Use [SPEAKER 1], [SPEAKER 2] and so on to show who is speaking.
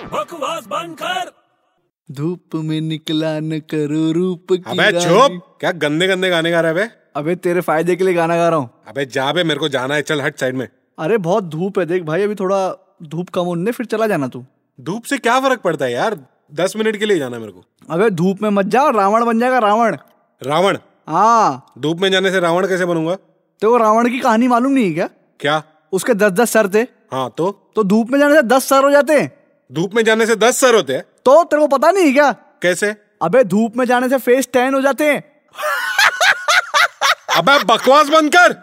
[SPEAKER 1] आवाज बंद कर
[SPEAKER 2] धूप में निकला न करो रूप की
[SPEAKER 3] अबे
[SPEAKER 2] रानी।
[SPEAKER 3] चुप क्या गंदे गंदे गाने गा रहा है बे
[SPEAKER 2] अबे तेरे फायदे के लिए गाना गा रहा हूँ
[SPEAKER 3] अबे जा बे मेरे को जाना है चल हट साइड में
[SPEAKER 2] अरे बहुत धूप है देख भाई अभी थोड़ा धूप कम होने फिर चला जाना तू
[SPEAKER 3] धूप से क्या फर्क पड़ता है यार दस मिनट के लिए जाना है मेरे को
[SPEAKER 2] अबे धूप में मत जा रावण बन जाएगा रावण
[SPEAKER 3] रावण
[SPEAKER 2] हाँ
[SPEAKER 3] धूप में जाने से रावण कैसे बनूंगा
[SPEAKER 2] तो वो रावण की कहानी मालूम नहीं है क्या
[SPEAKER 3] क्या
[SPEAKER 2] उसके दस दस सर थे
[SPEAKER 3] हाँ तो
[SPEAKER 2] तो धूप में जाने से दस सर हो जाते हैं
[SPEAKER 3] धूप में जाने से दस सर होते हैं
[SPEAKER 2] तो तेरे को पता नहीं है क्या
[SPEAKER 3] कैसे
[SPEAKER 2] अबे धूप में जाने से फेस टैन हो जाते हैं
[SPEAKER 3] अबे बकवास बंद कर